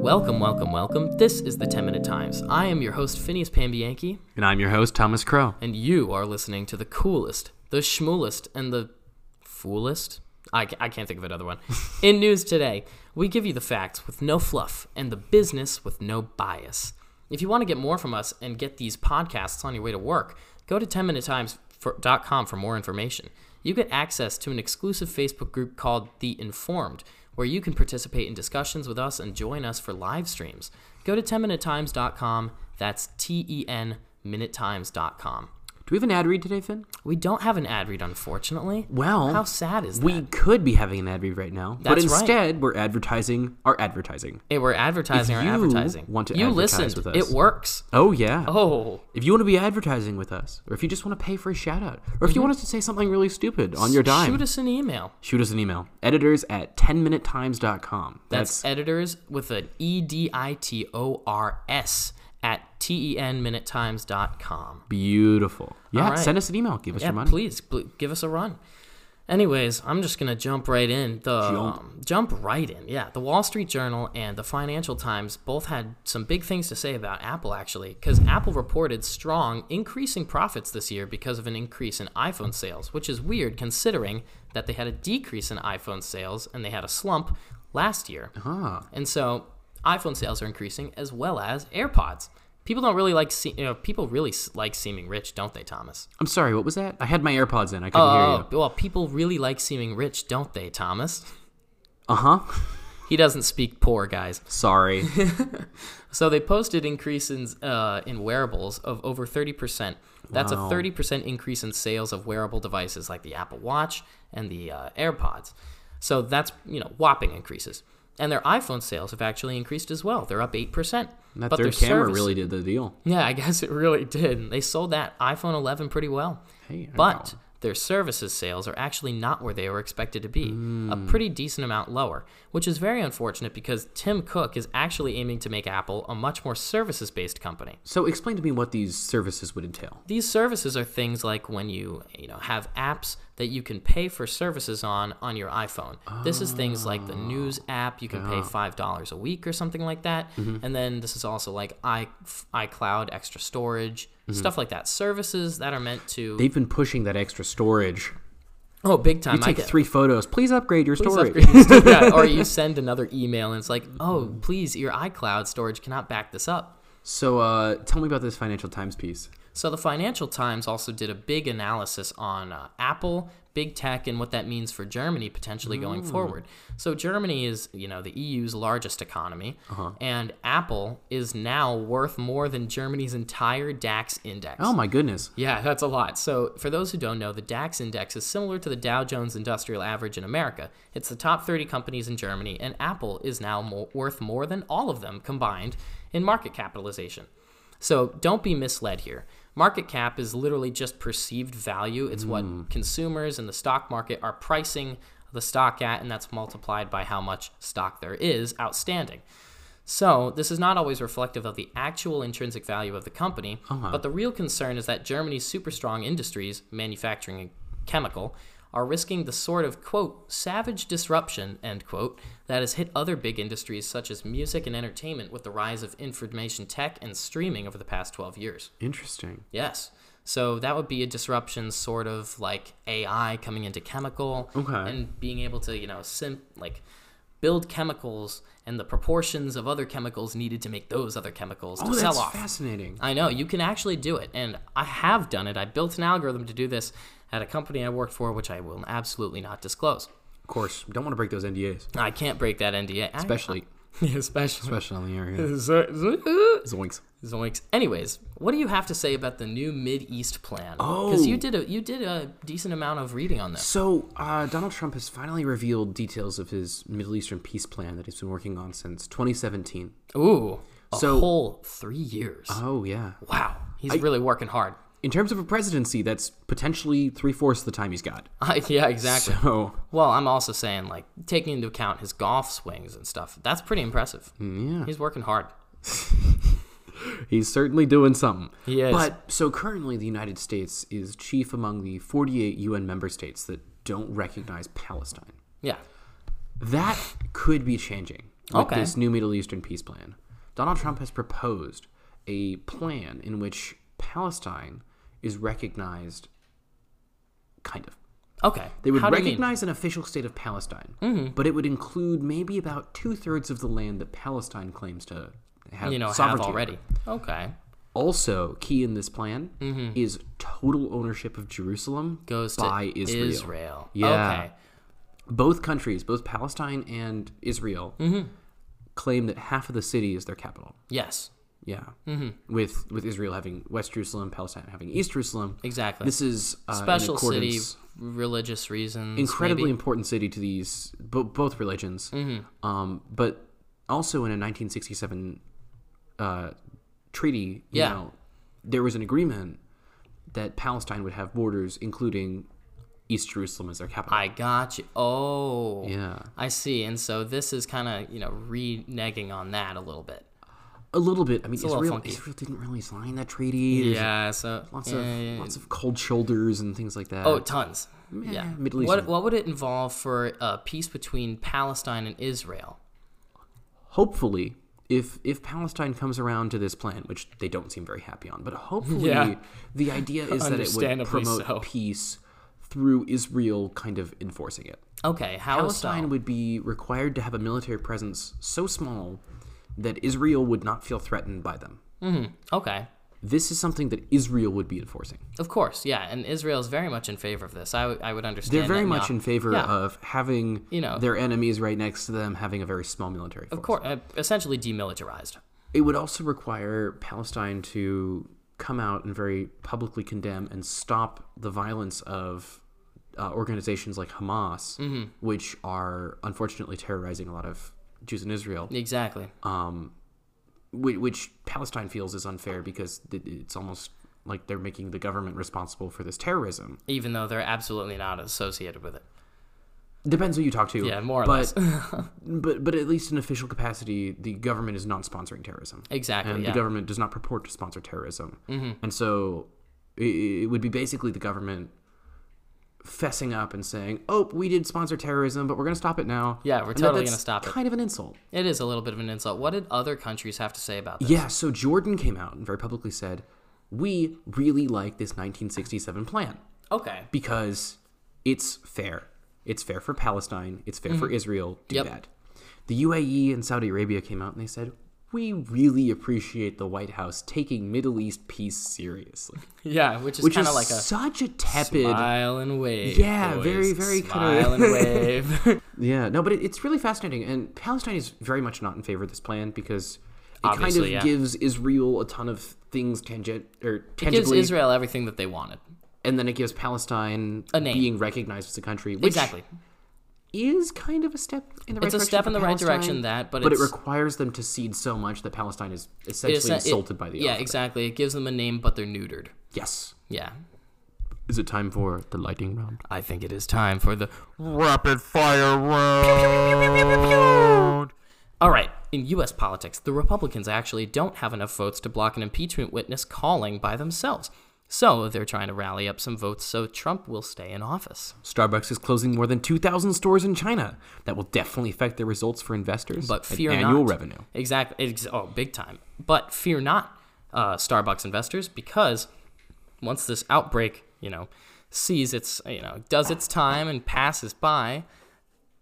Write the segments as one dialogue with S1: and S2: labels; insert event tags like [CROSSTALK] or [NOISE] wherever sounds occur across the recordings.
S1: Welcome, welcome, welcome. This is the 10 Minute Times. I am your host, Phineas Pambianchi,
S2: And I'm your host, Thomas Crow.
S1: and you are listening to the coolest, the schmoolest, and the foolest. I, ca- I can't think of another one. In news today, we give you the facts with no fluff and the business with no bias. If you want to get more from us and get these podcasts on your way to work, go to 10minutetetimes.com for more information. You get access to an exclusive Facebook group called The Informed, where you can participate in discussions with us and join us for live streams. Go to 10minutetimes.com. That's T E N minutetimes.com.
S2: Do we have an ad read today, Finn?
S1: We don't have an ad read, unfortunately.
S2: Well,
S1: how sad is that?
S2: we could be having an ad read right now, but
S1: That's right.
S2: instead we're advertising our advertising.
S1: Hey, we're advertising
S2: If
S1: our
S2: you
S1: advertising.
S2: want to
S1: you
S2: advertise
S1: listened.
S2: with us-
S1: It works.
S2: Oh yeah.
S1: Oh,
S2: If you want to be advertising with us, or if you just want to pay for a shout out, or if you want us to say something really stupid on your dime,
S1: Mm-hmm. shoot us an email.
S2: shoot us an email. Editors at 10minutetimes.com.
S1: That's, editors with an E D I T O R S at T E N minutetimes.com.
S2: beautiful. Yeah,
S1: right.
S2: send us an email. Give us
S1: Yeah,
S2: your money.
S1: please pl- give us a run. Anyways, I'm just gonna jump right in. The
S2: Jump.
S1: um, jump right in. Yeah, the Wall Street Journal and the Financial Times both had some big things to say about Apple actually, because Apple reported strong increasing profits this year because of an increase in iPhone sales, which is weird considering that they had a decrease in iPhone sales and they had a slump last year.
S2: Ah,
S1: And so iPhone sales are increasing as well as AirPods. People don't really like se- you know people really s- like seeming rich, don't they, Thomas?
S2: I'm sorry, what was that? I had my AirPods in. I couldn't hear
S1: Oh,
S2: you.
S1: well, people really like seeming rich, don't they, Thomas?
S2: Uh-huh.
S1: He doesn't speak poor, guys. [LAUGHS]
S2: Sorry.
S1: So they posted increases uh, in wearables of over 30%. That's
S2: Wow.
S1: a 30% increase in sales of wearable devices like the Apple Watch and the uh, AirPods. So that's, you know, whopping increases. And their iPhone sales have actually increased as well. They're up 8%.
S2: That
S1: but
S2: third
S1: their
S2: camera
S1: service-
S2: really did the deal.
S1: [LAUGHS] Yeah, I guess it really did. They sold that iPhone 11 pretty well.
S2: Hey, I
S1: but their services sales are actually not where they were expected to be,
S2: Hmm.
S1: a pretty decent amount lower, which is very unfortunate because Tim Cook is actually aiming to make Apple a much more services based company.
S2: So explain to me what these services would entail.
S1: These services are things like when you, you know, have apps that you can pay for services on on your iPhone. This is things like the news
S2: Ah.
S1: app, you can pay $5 a week or something like that.
S2: Mm-hmm.
S1: And then this is also like i iCloud extra storage,
S2: Mm-hmm.
S1: stuff like that. Services that are meant to
S2: They've been pushing that extra storage.
S1: Oh, big time.
S2: You
S1: I
S2: take
S1: get-
S2: three photos. Please upgrade your
S1: Please
S2: storage.
S1: upgrade your storage. Yeah, or you send another email and it's like, oh, please, your iCloud storage cannot back this up.
S2: So uh, tell me about this Financial Times piece.
S1: So the Financial Times also did a big analysis on uh, Apple, big tech, and what that means for Germany potentially going forward. So Germany is, you know, the EU's largest economy, and Apple is now worth more than Germany's entire DAX index.
S2: Oh my goodness.
S1: Yeah, that's a lot. So, for those who don't know, the DAX index is similar to the Dow Jones Industrial Average in America. It's the top 30 companies in Germany, and Apple is now more, worth more than all of them combined in market capitalization. So, don't be misled here. Market cap is literally just perceived value, it's what consumers and the stock market are pricing the stock at, and that's multiplied by how much stock there is outstanding. So, this is not always reflective of the actual intrinsic value of the company, but the real concern is that Germany's super strong industries, manufacturing and chemical, are risking the sort of, quote, savage disruption, end quote, that has hit other big industries such as music and entertainment with the rise of information tech and streaming over the past 12 years.
S2: Interesting.
S1: Yes. So that would be a disruption, sort of like AI coming into chemical
S2: Okay.
S1: and being able to, you know, sim- like build chemicals and the proportions of other chemicals needed to make those other chemicals
S2: Oh,
S1: to
S2: that's
S1: sell off.
S2: fascinating.
S1: I know you can actually do it, and I have done it. I built an algorithm to do this at a company I worked for, which I will absolutely not disclose.
S2: Of course, don't want to break those NDAs,
S1: I can't break that NDA, I-
S2: especially
S1: [LAUGHS] especially.
S2: especially on the area. [LAUGHS] Zoinks.
S1: Zoinks. Anyways, what do you have to say about the new Mid East plan?
S2: Oh.
S1: because you did a you did a decent amount of reading on this.
S2: So uh, Donald Trump has finally revealed details of his Middle Eastern peace plan that he's been working on since 2017.
S1: Ooh, a
S2: So-
S1: whole three years.
S2: Oh yeah.
S1: wow, he's really working hard. [LAUGHS]
S2: In terms of a presidency, that's potentially three fourths of the time he's got.
S1: yeah, exactly.
S2: So
S1: Well, I'm also saying like taking into account his golf swings and stuff. That's pretty impressive.
S2: mm, yeah.
S1: He's working hard.
S2: He's certainly doing something.
S1: He is.
S2: But so currently, the United States is chief among the 48 UN member states that don't recognize Palestine.
S1: Yeah.
S2: That could be changing. with
S1: Okay.
S2: this new Middle Eastern peace plan. Donald Trump has proposed a plan in which Palestine is recognized, kind of.
S1: Okay.
S2: They would
S1: How do you mean? Mm-hmm.
S2: recognize an official state of Palestine, but it would include maybe about two thirds of the land that Palestine claims to have
S1: you know have
S2: sovereignty over.
S1: already. Okay.
S2: Also, key in this plan is total ownership of Jerusalem
S1: Mm-hmm. Goes to
S2: by
S1: Israel.
S2: Yeah.
S1: Okay.
S2: Both countries, both Palestine and Israel,
S1: Mm-hmm.
S2: claim that half of the city is their capital.
S1: Yes.
S2: Yeah, mm-hmm. with with Israel having West Jerusalem, Palestine having East Jerusalem.
S1: Exactly.
S2: This is uh, in
S1: Special city,
S2: accordance-
S1: religious reasons.
S2: incredibly
S1: maybe? Mm-hmm.
S2: important city to these bo- both religions. Um, but also in a 1967 uh, treaty, you
S1: Yeah.
S2: know, there was an agreement that Palestine would have borders, including East Jerusalem as their capital.
S1: I got you. Oh.
S2: yeah,
S1: I see. And so this is kind of, you know, reneging on that a little bit.
S2: a little bit. I mean,
S1: a little
S2: Israel,
S1: funky.
S2: Israel didn't really sign that treaty. There's
S1: Yeah, so
S2: Lots
S1: yeah,
S2: of
S1: yeah, yeah.
S2: lots of cold shoulders and things like that.
S1: Oh, tons. Yeah.
S2: Middle East.
S1: What what would it involve for a peace between Palestine and Israel?
S2: hopefully if if Palestine comes around to this plan, which they don't seem very happy on, but hopefully
S1: Yeah.
S2: the idea is that it would
S1: Understandably
S2: promote
S1: so.
S2: peace through Israel kind of enforcing it.
S1: Okay, how
S2: Palestine would be required to have a military presence so small that Israel would not feel threatened by them.
S1: so? Okay.
S2: This is something that Israel would be enforcing.
S1: Of course, yeah, and Israel is very much in favor of this. I would- I would understand.
S2: They're very
S1: that
S2: much
S1: now.
S2: in favor
S1: Yeah.
S2: of having
S1: You know.
S2: their enemies right next to them having a very small military force.
S1: Of course, uh, essentially demilitarized.
S2: It would also require Palestine to come out and very publicly condemn and stop the violence of uh, organizations like Hamas,
S1: Mm-hmm.
S2: which are unfortunately terrorizing a lot of Jews in Israel,
S1: Exactly.
S2: Uh. whi- which Palestine feels is unfair because th- it's almost like they're making the government responsible for this terrorism.
S1: Even though they're absolutely not associated with it.
S2: Depends who you talk to.
S1: Yeah, more or
S2: but,
S1: [LAUGHS]
S2: but but at least in official capacity, the government is not sponsoring terrorism.
S1: Exactly.
S2: and
S1: yeah. Mm-hmm.
S2: the government does not purport to sponsor terrorism. And so i- i- it would be basically the government fessing up and saying, "Oh, we did sponsor terrorism, but we're going to stop it now."
S1: Yeah, we're
S2: And
S1: totally
S2: that's
S1: gonna stop it.
S2: Kind of an insult.
S1: it is a little bit of an insult. What did other countries have to say about this?
S2: Yeah. So Jordan came out and very publicly said, "We really like this 1967 plan
S1: Okay.
S2: because it's fair. It's fair for Palestine. It's fair for Israel. Do
S1: Mm-hmm. Yep.
S2: that." The UAE and Saudi Arabia came out and they said. We really appreciate the White House taking Middle East peace seriously.
S1: Yeah, which is
S2: which
S1: kind
S2: is
S1: of like a
S2: such a tepid.
S1: smile and wave.
S2: Yeah,
S1: boys.
S2: very, very kinda-
S1: smile and
S2: [LAUGHS]
S1: wave. [LAUGHS]
S2: Yeah, no, but it, it's really fascinating, and Palestine is very much not in favor of this plan because it kind of
S1: Obviously, yeah.
S2: gives Israel a ton of things tangent or
S1: Gives
S2: tangibly,
S1: Israel everything that they wanted.
S2: and then it gives Palestine
S1: A name.
S2: being recognized as a country, which
S1: exactly.
S2: is kind of a step in the right
S1: It's a
S2: direction
S1: step
S2: for
S1: in the right
S2: Palestine,
S1: direction that, but,
S2: but it
S1: it's,
S2: requires them to cede so much that Palestine is essentially
S1: it's- it-
S2: insulted by the
S1: Yeah,
S2: alphabet.
S1: exactly. It gives them a name, but they're neutered.
S2: Yes.
S1: Yeah.
S2: Is it time for the lightning round?
S1: I think it is time for the
S3: rapid fire round.
S1: All right. In U.S. politics, the Republicans actually don't have enough votes to block an impeachment witness calling by themselves. So they're trying to rally up some votes so Trump will stay in office.
S2: Starbucks is closing more than 2,000 stores in China. That will definitely affect their results for investors
S1: But fear
S2: and
S1: not.
S2: annual revenue.
S1: Exactly. Ex- oh, big time. But fear not, uh, Starbucks investors, because once this outbreak, you know, sees its, you know, does its time and passes by,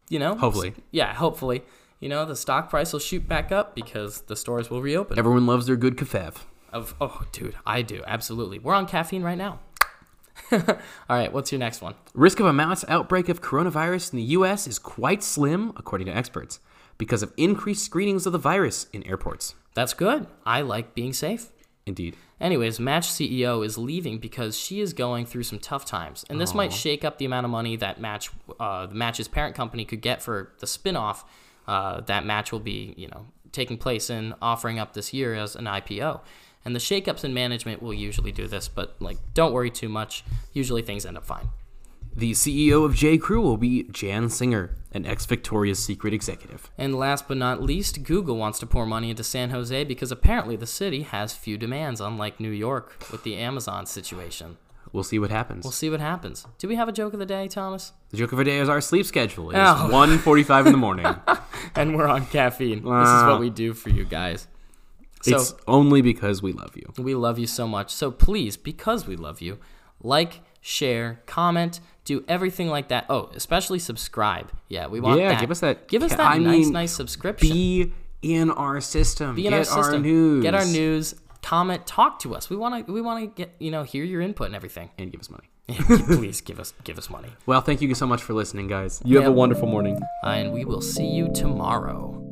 S1: you know.
S2: Hopefully.
S1: Yeah, hopefully. You know, the stock price will shoot back up because the stores will reopen.
S2: Everyone loves their good kafev.
S1: Of oh, dude, I do absolutely. We're on caffeine right now. [LAUGHS] All right, what's your next one?
S2: Risk of a mass outbreak of coronavirus in the U.S. is quite slim, according to experts, because of increased screenings of the virus in airports.
S1: That's good. I like being safe.
S2: Indeed.
S1: Anyways, Match CEO is leaving because she is going through some tough times, and this might shake up the amount of money that Match, uh, the Match's parent company, could get for the spinoff uh, that Match will be, you know, taking place in, offering up this year as an IPO. And the shakeups in management will usually do this, but like, don't worry too much. Usually things end up fine.
S2: The CEO of J. Crew will be Jan Singer, an ex Victoria's Secret executive.
S1: And last but not least, Google wants to pour money into San Jose because apparently the city has few demands, unlike New York with the Amazon situation.
S2: We'll see what happens.
S1: We'll see what happens. Do we have a joke of the day, Thomas?
S2: the joke of our day is our sleep schedule.
S1: [LAUGHS]
S2: It's
S1: Ow.
S2: 1.45 in the morning.
S1: And we're on caffeine. This is what we do for you guys. [LAUGHS] So
S2: it's only because we love you.
S1: we love you so much. So please, because we love you, like, share, comment, do everything like that. Oh, especially subscribe. Yeah, we want
S2: Yeah,
S1: that.
S2: give us that
S1: Give us
S2: ca-
S1: that
S2: I
S1: nice,
S2: mean,
S1: nice subscription.
S2: Be in our system.
S1: be in
S2: Get
S1: our system.
S2: news.
S1: Get our news. Comment. Talk to us. We want to. We want to get you know hear your input and everything. [LAUGHS]
S2: And give us money.
S1: Please give us give us money,
S2: Well, thank you so much for listening, guys. You have a
S1: Yeah.
S2: wonderful morning.
S1: and we will see you tomorrow.